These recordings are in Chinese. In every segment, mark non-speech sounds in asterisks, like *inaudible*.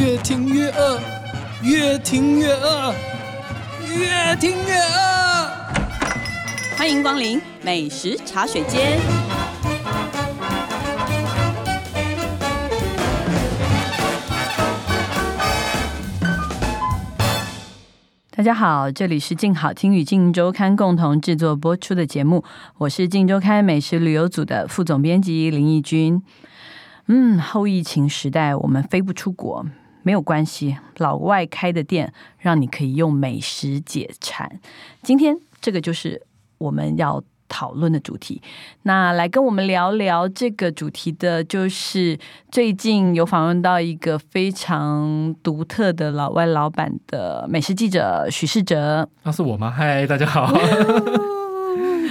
饿，越听越饿，越听越饿。欢迎光临美食茶水间。大家好，这里是静好听与静周刊共同制作播出的节目，我是静周刊美食旅游组的副总编辑林义君。嗯，后疫情时代，我们飞不出国，没有关系，老外开的店让你可以用美食解馋。今天这个就是我们要讨论的主题。那来跟我们聊聊这个主题的，就是最近有访问到一个非常独特的老外老板的美食记者许世哲，那是我吗？嗨，大家 *laughs* 好，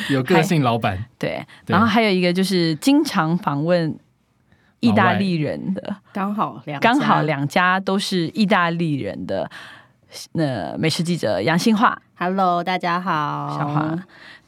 有个性老板，对，对然后还有一个就是经常访问意大利人的，刚好两刚好家两家都是意大利人的。那美食记者杨新化， Hello，大家好，小华，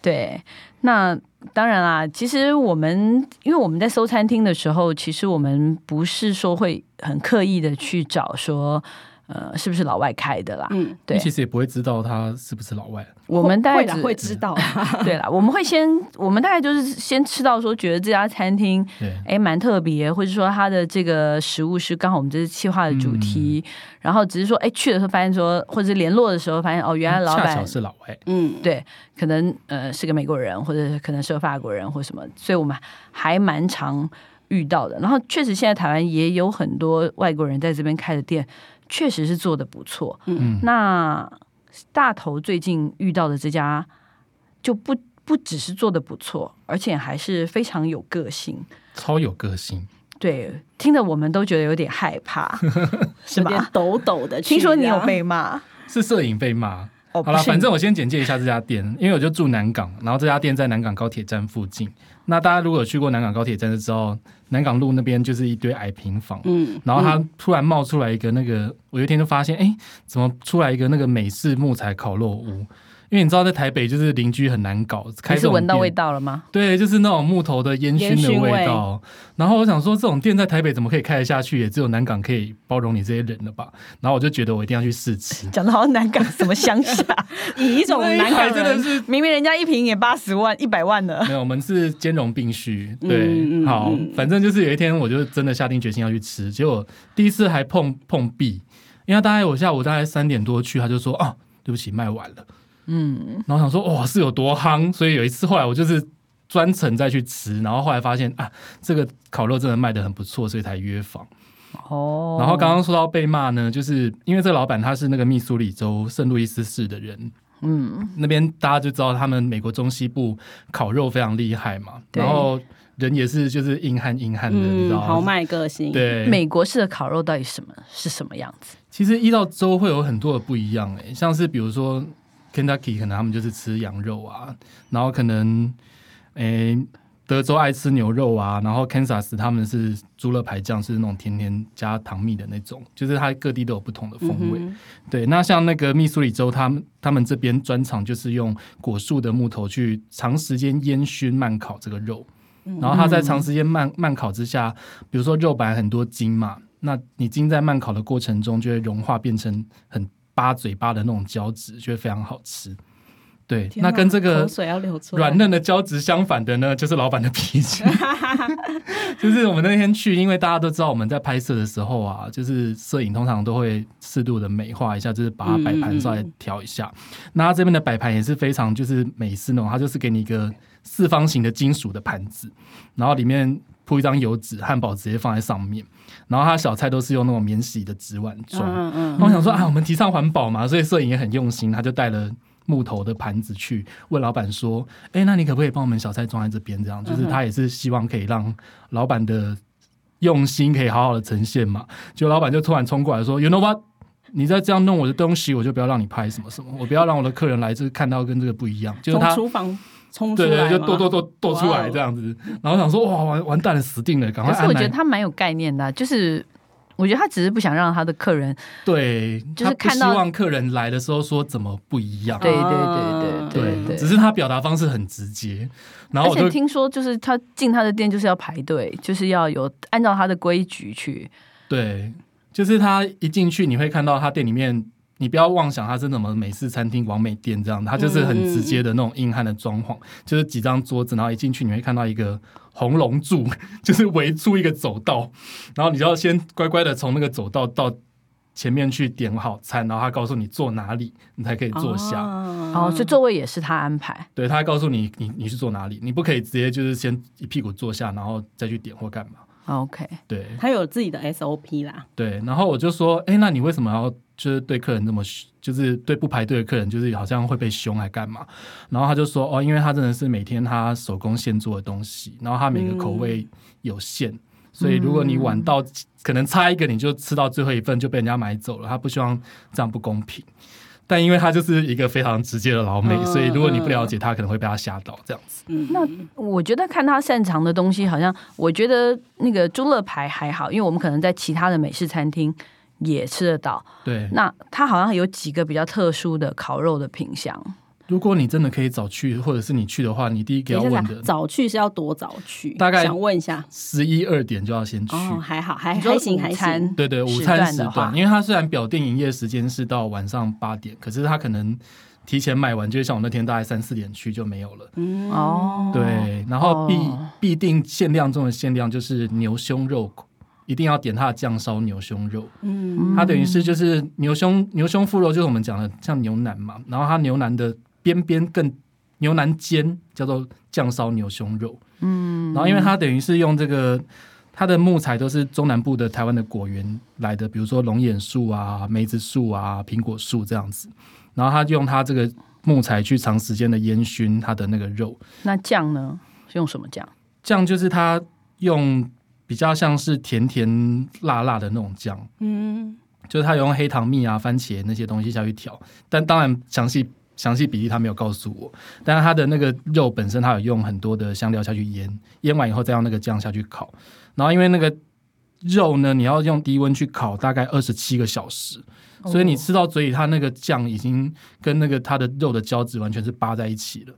对，那当然啦。其实我们因为我们在搜餐厅的时候，其实我们不是说会很刻意的去找说，呃，是不是老外开的啦？嗯，对其实也不会知道他是不是老外，我们大概会的只会知道，啊 *laughs* 对啦，我们会先，我们大概就是先吃到说，觉得这家餐厅对，哎蛮特别，或者说它的这个食物是刚好我们这次企划的主题，嗯然后只是说哎去的时候发现说，或者是联络的时候发现哦，原来老嗯恰板巧是老外，嗯，对，可能呃是个美国人，或者是可能是个法国人或什么，所以我们还蛮常遇到的。然后确实现在台湾也有很多外国人在这边开的店，确实是做的不错。嗯那大头最近遇到的这家就不不只是做的不错，而且还是非常有个性。超有个性，对，听得我们都觉得有点害怕，是有点吧？抖抖的去啊。听说你有被骂是摄影被骂。哦，好不了，是反你正我先简介一下这家店，因为我就住南港，然后这家店在南港高铁站附近。那大家如果有去过南港高铁站就知道，南港路那边就是一堆矮平房，嗯，然后它嗯突然冒出来一个那个，我有一天就发现，哎，怎么出来一个那个美式木材烤肉屋？因为你知道，在台北就是邻居很难搞，开你是这种闻到店味道了吗？。对，就是那种木头的烟熏烟的熏味味道。然后我想说，这种店在台北怎么可以开得下去？也只有南港可以包容你这些人了吧？然后我就觉得我一定要去试 *laughs* 吃讲的好像南港什么乡下，以一种那一南排港真的人，是明明人家一瓶也八十万、一百万的，没有，我们是兼容并蓄。嗯对，嗯好，嗯反正就是有一天，我就真的下定决心要去吃，结果第一次还碰碰壁，因为大概我下午大概三点多去，他就说哦，对不起，卖完了。嗯，然后想说哇是有多夯，所以有一次后来我就是专程再去吃，然后后来发现啊，这个烤肉真的卖的很不错，所以才约访。哦然后刚刚说到被骂呢，就是因为这个老板他是那个密苏里州圣路易斯市的人，嗯，那边大家就知道他们美国中西部烤肉非常厉害嘛，对然后人也是就是硬汉硬汉的，你知嗯，道豪吗？迈个性，，对，美国式的烤肉到底什么是什么样子？其实一到州会有很多的不一样诶、像是比如说 Kentucky 可能他们就是吃羊肉啊，然后可能诶、德州爱吃牛肉啊，然后 Kansas 他们是猪肋排酱是那种甜甜加糖蜜的那种，就是它各地都有不同的风味。嗯对，那像那个密苏里州，他们他们这边专场就是用果树的木头去长时间烟熏慢烤这个肉，嗯然后它在长时间慢慢烤之下，比如说肉本来很多筋嘛，那你筋在慢烤的过程中就会融化变成很扒嘴巴的那种胶质，就会非常好吃。对，天哪那跟这个口水要流出来，软嫩的胶质相反的呢， *laughs* 就是老板的脾气。就是我们那天去，因为大家都知道我们在拍摄的时候啊，就是摄影通常都会适度的美化一下，就是把它摆盘稍微调一下。那它这边的摆盘也是非常就是美式那种，它就是给你一个四方形的金属的盘子，然后里面铺一张油纸，汉堡直接放在上面，然后它的小菜都是用那种免洗的纸碗装。嗯嗯那我想说啊，我们提倡环保嘛，所以摄影也很用心，他就带了木头的盘子去问老板说：“哎、那你可不可以帮我们小菜装在这边？”这样嗯就是他也是希望可以让老板的用心可以好好的呈现嘛。结果老板就突然冲过来说：“You know what？” 你再这样弄我的东西，我就不要让你拍什么什么，我不要让我的客人来这看到跟这个不一样。就是嗯，他从厨房冲出对来对，吗，就剁剁剁剁出哇来哦这样子。然后想说哇完完蛋了，死定了，赶快可是按我觉得来。他蛮有概念的啊、就是我觉得他只是不想让他的客人，对，就是他不看希到望客人来的时候说怎么不一样。对啊对对对对只对。是他表达方式很直接，然后而我且就听说，就是他进他的店就是要排队，就是要有按照他的规矩去。对，就是它一进去，你会看到它店里面，你不要妄想它是什么美式餐厅、完美店这样，它就是很直接的那种硬汉的装潢，就是几张桌子，然后一进去你会看到一个红龙柱， *laughs* 就是围出一个走道，然后你就要先乖乖的从那个走道到前面去点好餐，然后他告诉你坐哪里，你才可以坐下。嗯哦，所以座位也是他安排。对他告诉你，你你去坐哪里，你不可以直接就是先一屁股坐下，然后再去点或干嘛。 OK，对他有自己的 SOP 啦，对，然后我就说，哎，那你为什么要就是对客人这么凶，就是对不排队的客人，就是好像会被凶还干嘛？然后他就说，哦，因为他真的是每天他手工现做的东西，然后他每个口嗯味有限，所以如果你晚到，可能差一个你就吃到最后一份就被人家买走了，他不希望这样不公平。但因为他就是一个非常直接的老美，嗯所以如果你不了解他，可能会被他吓到这样子。嗯，那我觉得看他擅长的东西，好像我觉得那个猪肋排还好，因为我们可能在其他的美式餐厅也吃得到。对，那他好像有几个比较特殊的烤肉的品相。如果你真的可以早去，或者是你去的话，你第一个要等一下问等一下的早去是要多早去？大概想问一下，十一二点就要先去。哦，还好，还你说还行，午还餐行，对对，时午餐段时的段，话因为它虽然表定营业时间是到晚上八点，可是它可能提前买完，就是像我那天大概三四点去就没有了。嗯，哦，对，然后必、哦必定限量中的限量就是牛胸肉，一定要点它的酱烧牛胸肉。嗯，它等于是就是牛胸牛胸腹肉，就是我们讲的像牛腩嘛，然后它牛腩的边边更牛腩尖叫做酱烧牛胸肉，嗯，然后因为它等于是用这个它的木材都是中南部的台湾的果园来的，比如说龙眼树啊、梅子树啊、苹果树这样子，然后它用它这个木材去长时间的烟熏它的那个肉，那酱呢？是用什么酱？酱就是它用比较像是甜甜辣辣的那种酱，嗯，就是他有用黑糖蜜啊、番茄那些东西下去调，但当然详细详细比例他没有告诉我。但是他的那个肉本身，他有用很多的香料下去腌，腌完以后再用那个酱下去烤。然后因为那个肉呢，你要用低温去烤大概二十七个小时，哦所以你吃到嘴里，它那个酱已经跟那个它的肉的胶质完全是扒在一起了。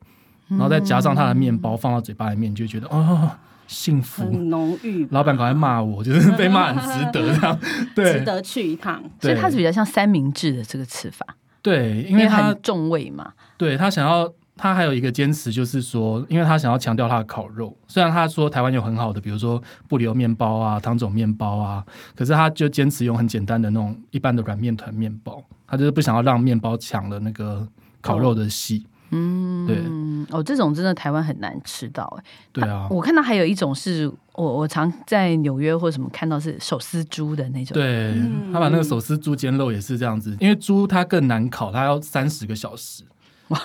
然后再加上它的面包放到嘴巴里面，你就会觉得哦，幸福。嗯很浓郁，老板赶快骂我，就是被骂很值得这样。对，值得去一趟。所以对它是比较像三明治的这个吃法，对，因因为为他很重味嘛。对他想要，他还有一个坚持就是说，因为他想要强调他的烤肉。虽然他说台湾有很好的，比如说布里欧面包啊、汤种面包啊，可是他就坚持用很简单的那种一般的软面团面包，他就是不想要让面包抢了那个烤肉的戏。嗯，对嗯，哦，这种真的台湾很难吃到哎、对啊，我看到还有一种是我我常在纽约或什么看到是手撕猪的那种。，对他把那个手撕猪肩肉也是这样子，因为猪它更难烤，它要三十个小时。哇，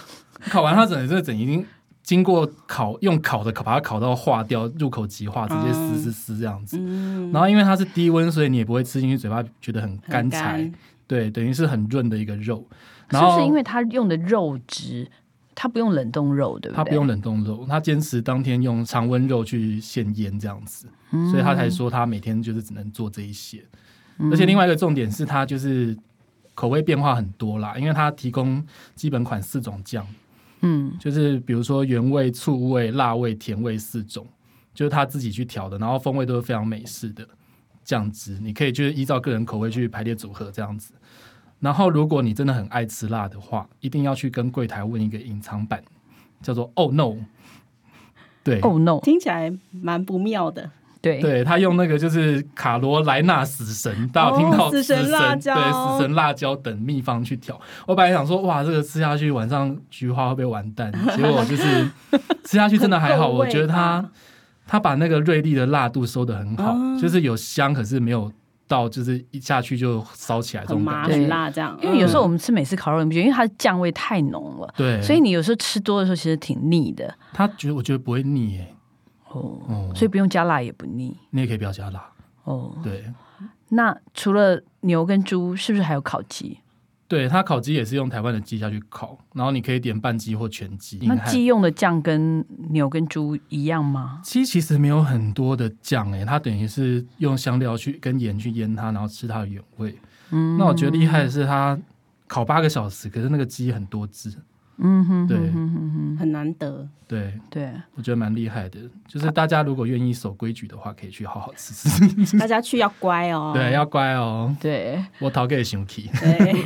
烤完它整个整已经经过烤，用烤的烤把它烤到化掉，入口即化，直接嗯撕撕撕这样子。嗯，然后因为它是低温，所以你也不会吃进去，嘴巴觉得很干很柴，对，等于是很润的一个肉。是然后不是因为它用的肉质，它不用冷冻肉，对不对？它不用冷冻肉，它坚持当天用常温肉去现腌这样子，嗯所以他才说他每天就是只能做这一些。而且另外一个重点是，它就是口味变化很多啦，因为它提供基本款四种酱，嗯，就是比如说原味、醋味、辣味、甜味四种，就是他自己去调的，然后风味都是非常美式的酱汁，你可以就是依照个人口味去排列组合这样子。然后，如果你真的很爱吃辣的话，一定要去跟柜台问一个隐藏版，叫做 “Oh no”。对，哦、no，听起来蛮不妙的。对，对他用那个就是卡罗莱纳死神，大家有听到哦死神辣椒对死神辣椒等秘方去调。我本来想说，哇，这个吃下去晚上菊花会不会完蛋？结果就是 *laughs* 吃下去真的还好，很够味我觉得他吧他把那个锐利的辣度收的很好，哦就是有香，可是没有到就是一下去就烧起来这很种感麻觉。对很辣这样，因为有时候嗯我们吃美式烤肉，你不觉得因为它的酱味太浓了，对，所以你有时候吃多的时候其实挺腻的他觉得我觉得不会腻耶，哦，哦，所以不用加辣也不腻你也可以不要加辣。哦。对，那除了牛跟猪，是不是还有烤鸡？对，它烤鸡也是用台湾的鸡下去烤，然后你可以点半鸡或全鸡。那硬汉鸡用的酱跟牛跟猪一样吗？鸡其实没有很多的酱诶、它等于是用香料去跟盐去腌它，然后吃它的原味。嗯，那我觉得厉害的是它烤八个小时，可是那个鸡很多只，嗯哼，对嗯哼哼哼，很 *laughs* 难得。对，对，我觉得蛮厉害的。就是大家如果愿意守规矩的话，可以去好好吃 *laughs* 吃。大家去要乖哦。对，要乖哦。对，我逃给熊 k *laughs*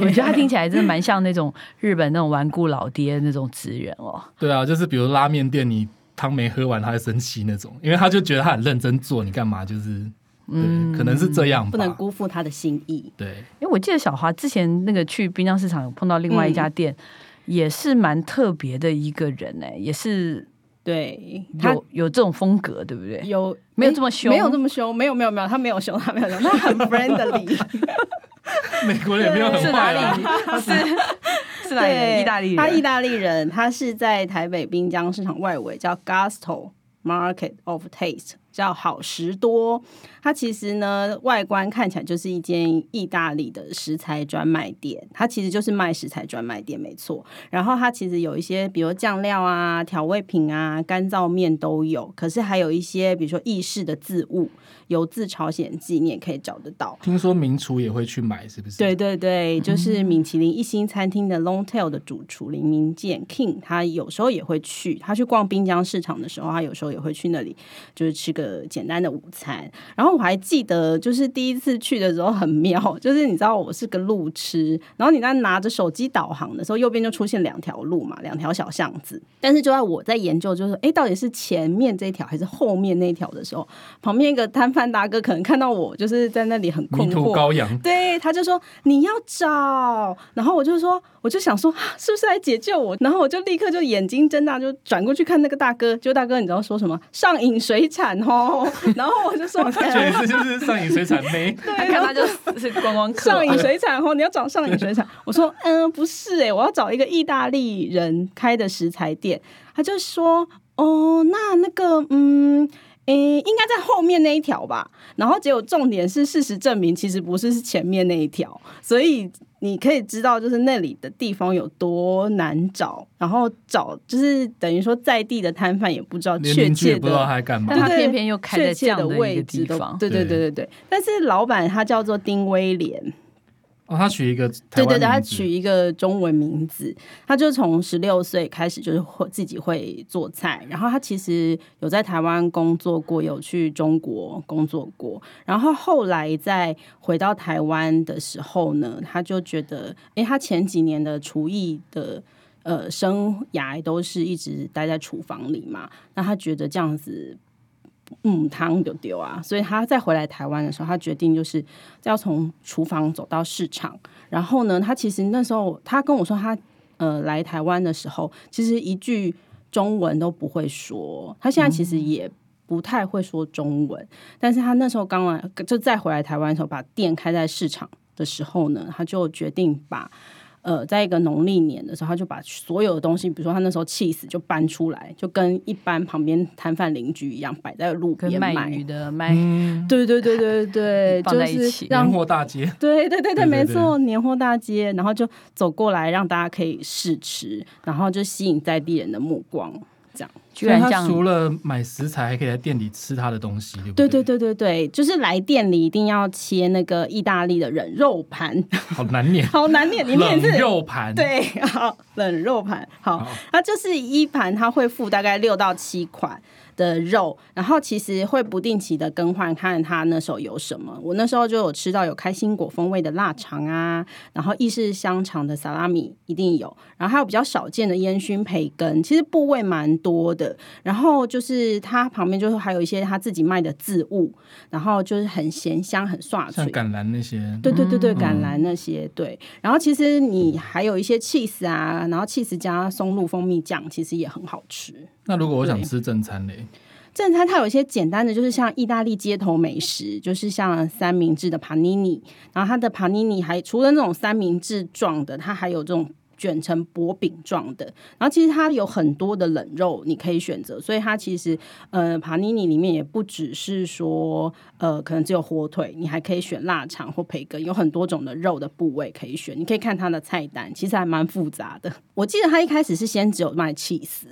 我对，觉得他听起来真的蛮像那种日本那种顽固老爹那种职人哦。对啊，就是比如拉面店，你汤没喝完，他会生气那种，因为他就觉得他很认真做，你干嘛就是，嗯，可能是这样吧。不能辜负他的心意。对，因为我记得小华之前那个去滨江市场有碰到另外一家店，也是蛮特别的一个人哎、也是对，他有有这种风格，对不对？有没有诶这么凶没有这么凶，没有没有没有，他没有凶，他没有凶，他很 *laughs* friendly。美国人也没有是很哪坏啊。里？是是哪里人？对，意大利人？他意大利人，他是在台北滨江市场外围叫 Gusto Market of Taste，叫好食多。它其实呢，外观看起来就是一间意大利的食材专卖店，它其实就是卖食材专卖店，没错。然后它其实有一些，比如酱料啊、调味品啊、干燥面都有，可是还有一些，比如说意式的渍物、油渍朝鲜记，你也可以找得到。听说名厨也会去买，是不嗯是？对对对，就是米其林一星餐厅的 Long Tail 的主厨林明健 King，他有时候也会去。他去逛滨江市场的时候，他有时候也会去那里，就是吃个简单的午餐。然后我还记得，就是第一次去的时候很妙，就是你知道我是个路痴，然后你在拿着手机导航的时候，右边就出现两条路嘛，两条小巷子。但是就在我在研究，就是哎，诶到底是前面这条还是后面那条的时候，旁边一个摊贩大哥可能看到我就是在那里很困迷途惑，羔羊。 *laughs* 对，他就说你要找，然后我就说，我就想说、啊是不是来解救我？然后我就立刻就眼睛睁大，就转过去看那个大哥。就大哥，你知道说什么？上瘾水产哦。然后我就说，哎这一次就是上瘾水产 *laughs* 妹， *laughs* 对，他然看后他就是观光客，啊上瘾水产哦，你要找上瘾水产。我说，嗯，不是诶、我要找一个意大利人开的食材店。他就说，哦，那那个，嗯。诶，应该在后面那一条吧。然后结果重点是，事实证明其实不是是前面那一条，所以你可以知道，就是那里的地方有多难找。然后找就是等于说在地的摊贩也不知道连确邻居切也不知道的他在干嘛但。他对对偏偏又开在确这切样的的一位个置地都方，对对对对对。但是老板他叫做丁威廉，哦，他取一个台对湾对对，他名字取一个中文名字，他就从十六岁开始就是会自己会做菜，然后他其实有在台湾工作过，有去中国工作过，然后后来在回到台湾的时候呢，他就觉得，诶，他前几年的厨艺的。呃，生涯都是一直待在厨房里嘛，那他觉得这样子嗯，汤就丢啊，所以他再回来台湾的时候，他决定就是要从厨房走到市场。然后呢，他其实那时候他跟我说他呃来台湾的时候，其实一句中文都不会说，他现在其实也不太会说中文，但是他那时候刚来就再回来台湾的时候，把店开在市场的时候呢，他就决定把。呃，在一个农历年的时候，他就把所有的东西，比如说他那时候气死就搬出来，就跟一般旁边摊贩邻居一样摆在路跟边卖。卖鱼的卖，嗯，对对对对对，放就在一是起年让货大街。对对对对对，没对错，年货大街，然后就走过来让大家可以试吃，然后就吸引在地人的目光。居然所这以样他除了买食材，还可以在店里吃他的东西，对不对对对对对对，就是来店里一定要切那个意大利的冷肉盘，好难 *laughs* 念，好难念，你念一次冷。肉盘。对， *laughs* 好，冷肉盘，好好，它就是一盘，它会附大概六到七款的肉，然后其实会不定期的更换，看它那时候有什么。我那时候就有吃到有开心果风味的腊肠啊，然后意式香肠的萨拉米一定有，然后还有比较少见的烟熏培根，其实部位蛮多的。然后就是它旁边就是还有一些他自己卖的渍物，然后就是很咸香、很爽像脆，橄榄那些，对对对对，嗯橄榄那些对。然后其实你还有一些 cheese 啊，然后 cheese 加松露蜂蜜酱，其实也很好吃。那如果我想吃正餐嘞，正餐它有一些简单的，就是像意大利街头美食，就是像三明治的 panini，然后它的 panini 还除了那种三明治状的，它还有这种卷成薄饼状的。然后其实它有很多的冷肉你可以选择，所以它其实呃 panini 里面也不只是说呃可能只有火腿，你还可以选腊肠或培根，有很多种的肉的部位可以选。你可以看它的菜单，其实还蛮复杂的。我记得它一开始是先只有卖 cheese。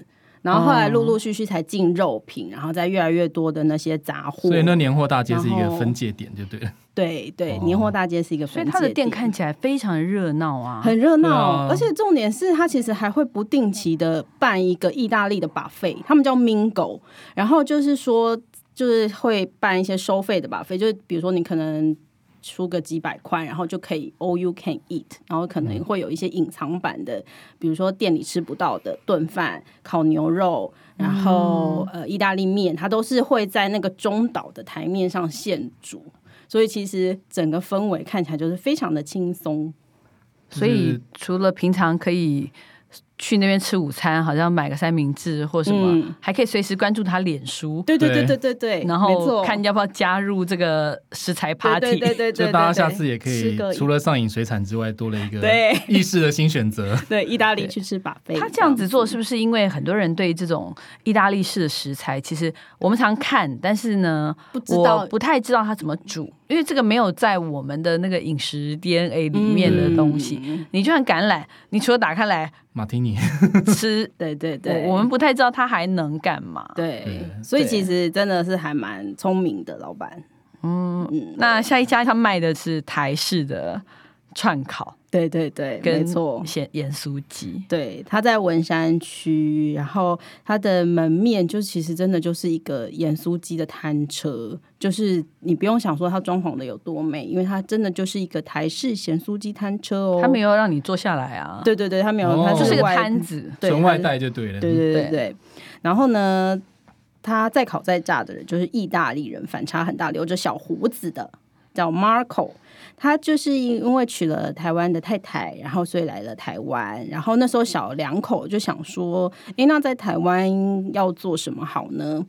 然后后来嗯陆陆续续才进肉品，然后再越来越多的那些杂货。所以那年货大街是一然个后分界点，就对了。对对哦，年货大街是一个所分界以点，他的店看起来非常热闹啊。很热对闹啊，而且重点是他其实还会不定期的办一个意大利的 buffet，他们叫 Mingo，然后就是说就是会办一些收费的 buffet，就是比如说你可能。出个几百块，然后就可以 all you can eat，然后可能嗯会有一些隐藏版的，比如说店里吃不到的炖饭、烤牛肉，然后、嗯呃意大利面，它都是会在那个中岛的台面上现煮，所以其实整个氛围看起来就是非常的轻松。所以除了平常可以去那边吃午餐，好像买个三明治或什么，嗯还可以随时关注他脸书，对对对对对对对，然没后错看要不要加入这个食材 party。对对对对对，就对大家下次也可吃以个，除了上瘾水产之外，多了一个对意识的新选择。对意大利去吃把菲， *laughs* 他这样子做是不是因为很多人对这种意大利式的食材，其实我们常看，但是呢，不知道我不太知道它怎么煮，因为这个没有在我们的那个饮食 DNA 里面的东西。嗯你就算橄榄，你除了打开来 *laughs* 马提尼，吃，对对对，我我们不太知道它还能干嘛。对，对所以其实真的是还蛮聪明的老板。嗯，嗯，那下一家他卖的是台式的串烤对对对，没跟错。咸盐酥鸡，对，他在文山区，然后他的门面就其实真的就是一个盐酥鸡的摊车，就是你不用想说它装潢的有多美，因为它真的就是一个台式咸酥鸡摊车哦。他没有让你坐下来啊，对对对，它没有，哦它就是个外摊子。 *laughs* 对纯外它带就对了。对对对对对对。然后呢，他再烤再炸的人就是意大利人，反差很大，留着小胡子的叫 Marco。他就是因为娶了台湾的太太，然后所以来了台湾。然后那时候小两口就想说，诶，那在台湾要做什么好呢？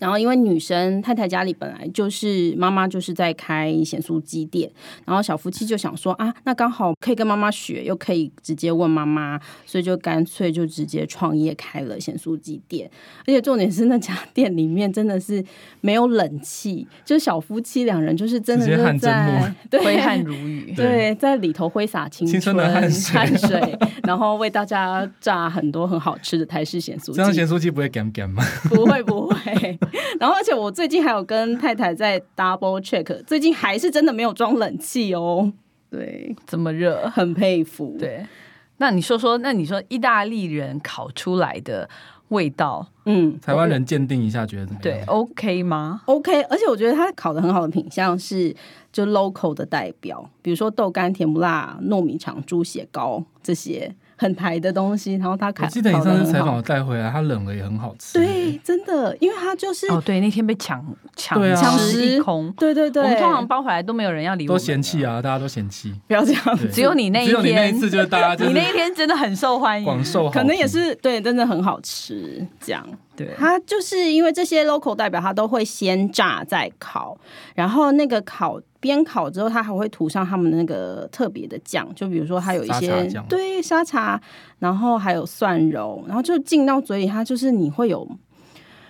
然后因为女生太太家里本来就是妈妈就是在开咸酥鸡店，然后小夫妻就想说啊，那刚好可以跟妈妈学，又可以直接问妈妈，所以就干脆就直接创业开了咸酥鸡店。而且重点是那家店里面真的是没有冷气，就是小夫妻两人就是真的直接汗是蒸在幕 *laughs* *laughs* 对挥汗如雨，对，在里头挥洒青青 *laughs* 春的汗水汗水然后为大家炸很多很好吃的台式咸酥这样鸡咸。酥鸡不会干干 *laughs* 吗？不会不会。 *laughs* 然后，而且我最近还有跟太太在 double check，最近还是真的没有装冷气哦。对，这么热。很佩服。，对， *laughs* 那你说说，那你说意大利人烤出来的味道，嗯。台湾人鉴定一下，觉得怎么对样？ ，OK 吗？ OK，而且我觉得他烤的很好的品相是就 local 的代表，比如说豆干、甜不辣、糯米肠、猪血糕这些很台的东西，然后他烤我记得你烤得上次很采好访我带回来，它冷了也很好吃。对，真的，因为他就是、哦，对，那天被抢抢对啊抢抢食食一空，对对对，我们哦通常包回来都没有人要理我，都嫌弃！啊，大家都嫌弃。不要这样对只有你那一只有你那一天次，就是大家 *laughs* 就你是那一天真的很受欢迎，广受好评，可能也是对，真的很好吃。这样，对，它就是因为这些 local 代表，它都会先炸再烤，然后那个烤边烤之后，它还会涂上他们的那个特别的酱，就比如说它有一沙茶些酱对沙茶，然后还有蒜蓉，然后就进到嘴里，它就是你会有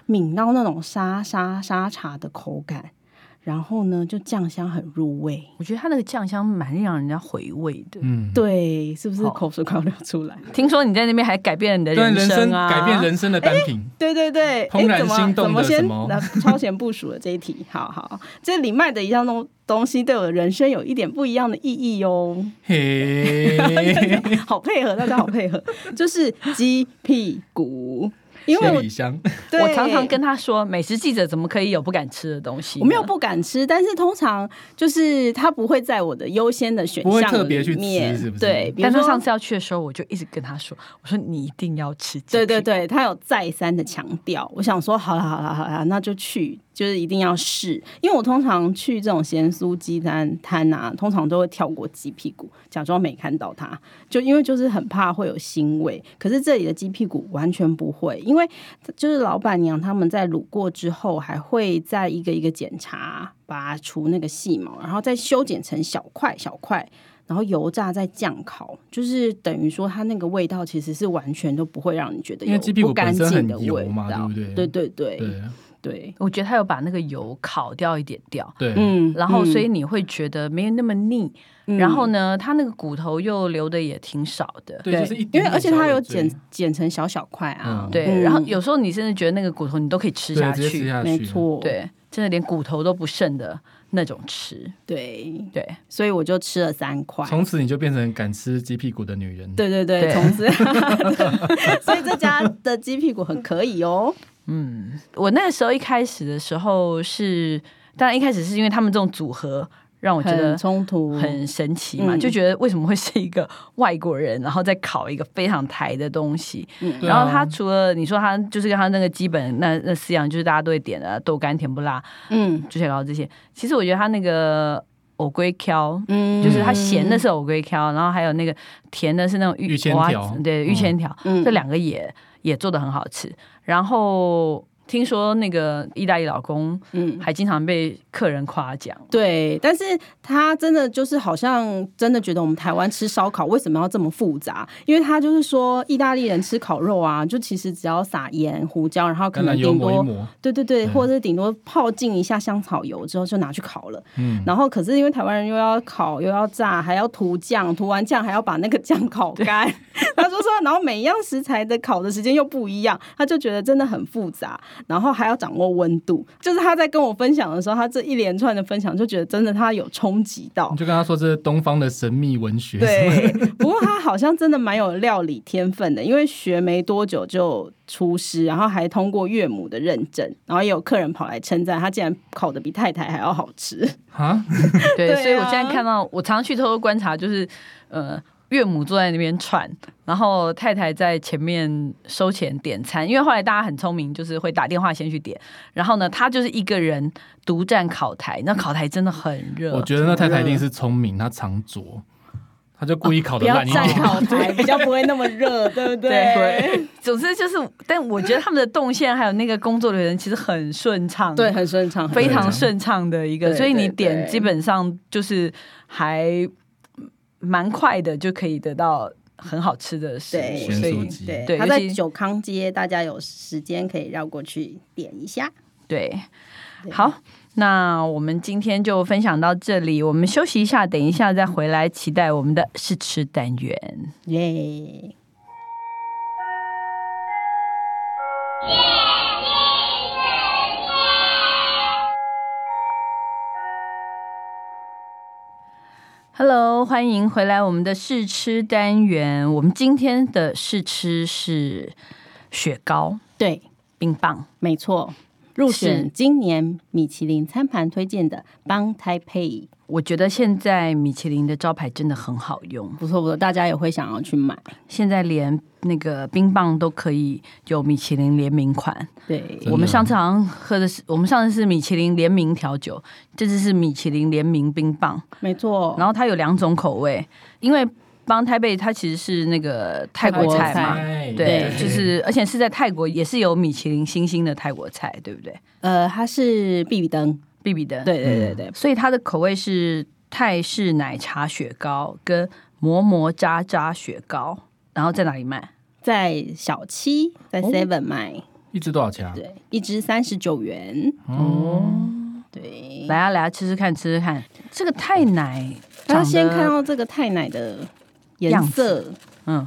抿到那种沙沙沙茶的口感，然后呢，就酱香很入味。我觉得它那个酱香蛮让人家回味的。嗯，对，是不是好口水快要流出来？听说你在那边还改变了你的对人生生啊，改变人生的单 *laughs* 品。对对对，哎怦然诶怎么心动的怎么先什么那超前部署的这一题，好好，这里卖的一样东东西对我的人生有一点不一样的意义哦，嘿，哎 *laughs* 好配合，大家好配合，就是鸡屁股，因为行我李箱，对我常常跟他说，美食记者怎么可以有不敢吃的东西呢？我没有不敢吃，但是通常就是它不会在我的优先的选项不会特别去里面吃是不是对，比如但说他上次要去的时候，我就一直跟他说：“我说你一定要吃。”对对，对，他有再三的强调。我想说，好了好了好了，那就去，就是一定要试。因为我通常去这种咸酥鸡摊摊啊，通常都会跳过鸡屁股，假装没看到它，就因为就是很怕会有腥味。可是这里的鸡屁股完全不会，因为就是老板娘他们在卤过之后，还会再一个一个检查，拔除那个细毛，然后再修剪成小块小块，然后油炸再酱烤，就是等于说它那个味道其实是完全都不会让你觉得因为有鸡屁股不干本身净很的油味嘛道，对不对对对对对，对，我觉得它有把那个油烤掉一点掉，对，嗯然后所以你会觉得没有那么腻，嗯然后呢，它那个骨头又留的也挺少的，对，就是一因点为点而且它有小尾剪剪成小小块啊嗯，对，嗯然后有时候你甚至觉得那个骨头你都可以吃椎下对，直接吃去，下去，没错，对，真的连骨头都不剩的那种吃，对，对，所以我就吃了三块。从此你就变成敢吃鸡屁股的女人。对对对，对 *laughs* 从此，所以这家的鸡屁股很可以哦。嗯，我那个时候一开始的时候是，当然一开始是因为他们这种组合让我觉很得冲突，很神奇嘛，嗯就觉得为什么会是一个外国人，然后再烤一个非常台的东西。嗯对啊然后他除了你说他就是他那个基本那那四样，就是大家都会点的豆干、甜不辣、嗯猪血糕这些。其实我觉得他那个藕龟挑。嗯就是它咸的是藕龟挑，然后还有那个甜的是那种芋签瓜条对，嗯芋签条，嗯这两个也也做的很好吃。然后听说那个意大利老公嗯还经常被客人夸奖，对，但是他真的就是好像真的觉得我们台湾吃烧烤为什么要这么复杂？因为他就是说意大利人吃烤肉啊，就其实只要撒盐、胡椒，然后可橄榄能油顶抹一多抹，对对对，嗯或者是顶多泡浸一下香草油之后就拿去烤了。嗯，然后可是因为台湾人又要烤又要炸，还要涂酱，涂完酱还要把那个酱烤干。 *laughs* 他就说，然后每一样食材的烤的时间又不一样，他就觉得真的很复杂，然后还要掌握温度。就是他在跟我分享的时候，他这一连串的分享就觉得真的他有冲击到你。就跟他说这是东方的神秘文学，对，不过他好像真的蛮有料理天分的，因为学没多久就出师，然后还通过岳母的认证，然后也有客人跑来称赞他竟然烤的比太太还要好吃。啊， *laughs* 对，对啊所以我现在看到，我常常去偷偷观察，就是呃，岳母坐在那边串，然后太太在前面收钱点餐，因为后来大家很聪明，就是会打电话先去点，然后呢，他就是一个人独占烤台，那烤台真的很热，我觉得那太太一定是聪明，她藏拙，她就故意烤不的要烂一站 *laughs* 点。好台，比较不会那么热，对不对？ *laughs* 对，总之就是，但我觉得他们的动线还有那个工作流程其实很顺畅，对，，很顺畅，非常顺畅的一个，对所以你对点对基本上就是还蛮快的就可以得到很好吃的食对物，所咸酥以鸡对，对他尤在其九康街，大家有时间可以绕过去点一下。对，对好，那我们今天就分享到这里，我们休息一下，等一下再回来，期待我们的试吃单元。耶、 Hello，欢迎回来我们的试吃单元，我们今天的试吃是雪糕对，冰棒。没错，入是选今年米其林餐盘推荐的邦台配，我觉得现在米其林的招牌真的很好用，不错不错，大家也会想要去买。现在连那个冰棒都可以有米其林联名款。对，真的我们上次好像喝的是，我们上次是米其林联名调酒，这次是米其林联名冰棒。没错。然后它有两种口味，因为邦泰贝它其实是那个泰国菜泰嘛国，对，对就是而且是在泰国也是有米其林星星的泰国菜，对不对？呃，它是必比登，必比登，，对对对对，所以它的口味是泰式奶茶雪糕跟磨磨渣渣雪糕，然后在哪里卖？在小七，在哦 Seven 卖，一只多少钱啊？对，一支三十九元。哦，对，来啊来啊，吃吃看，吃吃看，这个泰奶长他得，嗯先看到这个太奶的颜样色，嗯，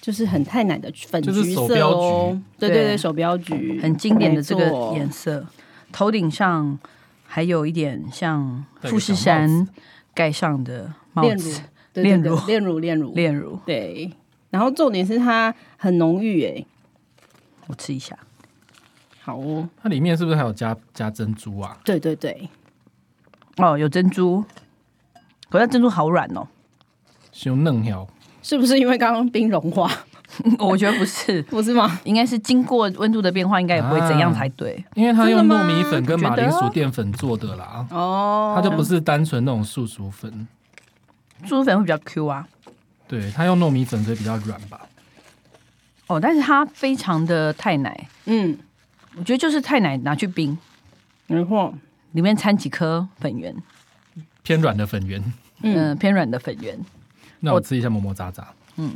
就是很太奶的粉就是橘手标色哦，对对对对，手标橘，很经典的这没个错颜色，头顶上还有一点像戴个富士小帽山子盖上的帽炼乳子，，对炼对乳对炼乳，炼乳，炼乳，对。然后重点是它很浓郁，哎，我吃一下，好哦，它里面是不是还有加加珍珠啊？对对对，哦，有珍珠，可是它珍珠好软哦， *laughs* 熊嫩条，是不是因为刚刚冰融化，我觉得 *laughs* 不是。不是吗？应该是经过温度的变化，应该也不会怎样才对。因为它用真的糯吗米粉跟马铃我觉薯得淀粉做的啦，哦，它就不是单纯那种素薯粉。猪肉粉会比较 Q 啊，对，它用糯米粉所以比较软吧。哦，但是它非常的太奶，嗯，我觉得就是太奶拿去冰，没错，里面掺几颗粉圆，偏软的粉圆，嗯、偏软的粉圆，那我我吃一下磨磨渣渣。嗯，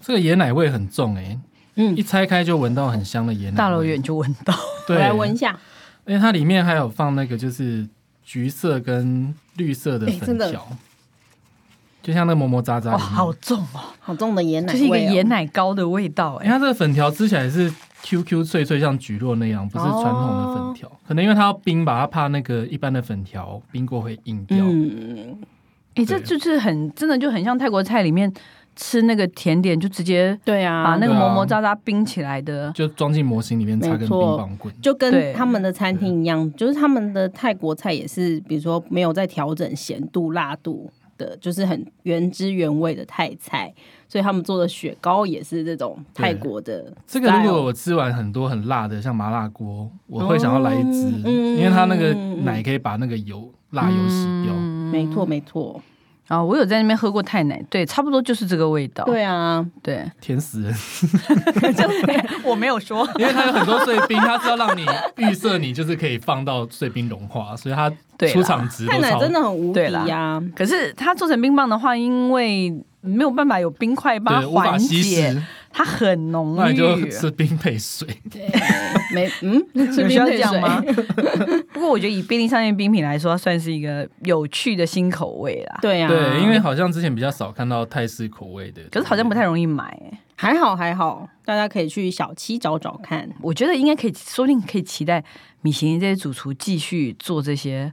这个椰奶味很重哎、嗯一拆开就闻到很香的椰奶大老味远就闻到，我对，来闻一下，因为它里面还有放那个就是橘色跟绿色的哎真粉的条，就像那磨磨渣渣哇，一样好重哦，好重的椰就奶味、哦，是一个椰奶糕的味道哎、欸，哎。它这个粉条吃起来是 QQ 脆脆，像菊络那样，不是传统的粉哦条。可能因为它要冰吧，它怕那个一般的粉条冰过会硬掉。嗯，哎，这就是很真的就很像泰国菜里面吃那个甜点，就直接对把啊，那个对啊磨磨渣渣冰起来的。就装进模型里面插根没冰错棒棍，就跟对他们的餐嗯厅一样，就是他们的泰国菜也是，比如说没有在调整咸度、辣度的，就是很原汁原味的泰菜，所以他们做的雪糕也是这种对泰国的 style。这个如果我吃完很多很辣的，像麻辣锅，我会想要来一支，嗯因为它那个奶可以把那个油辣油洗掉。没嗯错没错，啊，我有在那边喝过泰奶，对，差不多就是这个味道。对啊， *laughs* 对，甜死人！我没有说，因为它有很多碎冰，它是要让你预设你就是可以放到碎冰融化，所以它对啦出厂值泰都奶超真的很无敌对啦呀、啊， *laughs* 可是它做成冰棒的话，因为没有办法有冰块帮对它无法缓稀释解，，它很浓那你就郁。吃冰配水。没 *laughs* 嗯，有有需要这样 *laughs* 吗？？不过我觉得以便利商店冰品来说，它算是一个有趣的新口味啦。对啊，对，因为好像之前比较少看到泰式口味的，可是好像不太容易买、欸，还好还好，大家可以去小七找找看。我觉得应该可以，说不定可以期待米其林这些主厨继续做这些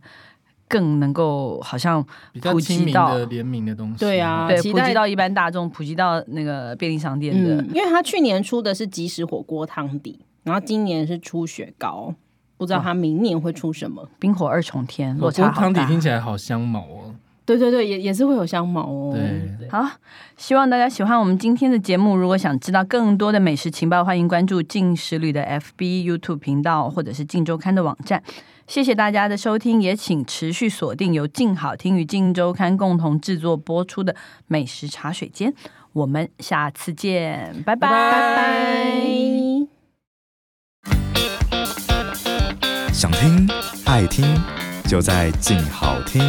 更能够好像比较普亲及民到的联名的东西。对啊对期普待及到一般大众，普及到那个便利商店的。嗯，因为他去年出的是即食火锅汤底，然后今年是出雪糕，不知道他明年会出什么。冰火二重天，我落觉得差好汤底大。听起来好香茅哦。对对对，也也是会有香茅哦。对，好，希望大家喜欢我们今天的节目。如果想知道更多的美食情报，欢迎关注进食旅的 FB、YouTube 频道，或者是静周刊的网站。谢谢大家的收听，也请持续锁定由静好听与静周刊共同制作播出的《美食茶水间》，我们下次见，拜拜拜拜。想听爱听，就在静好听。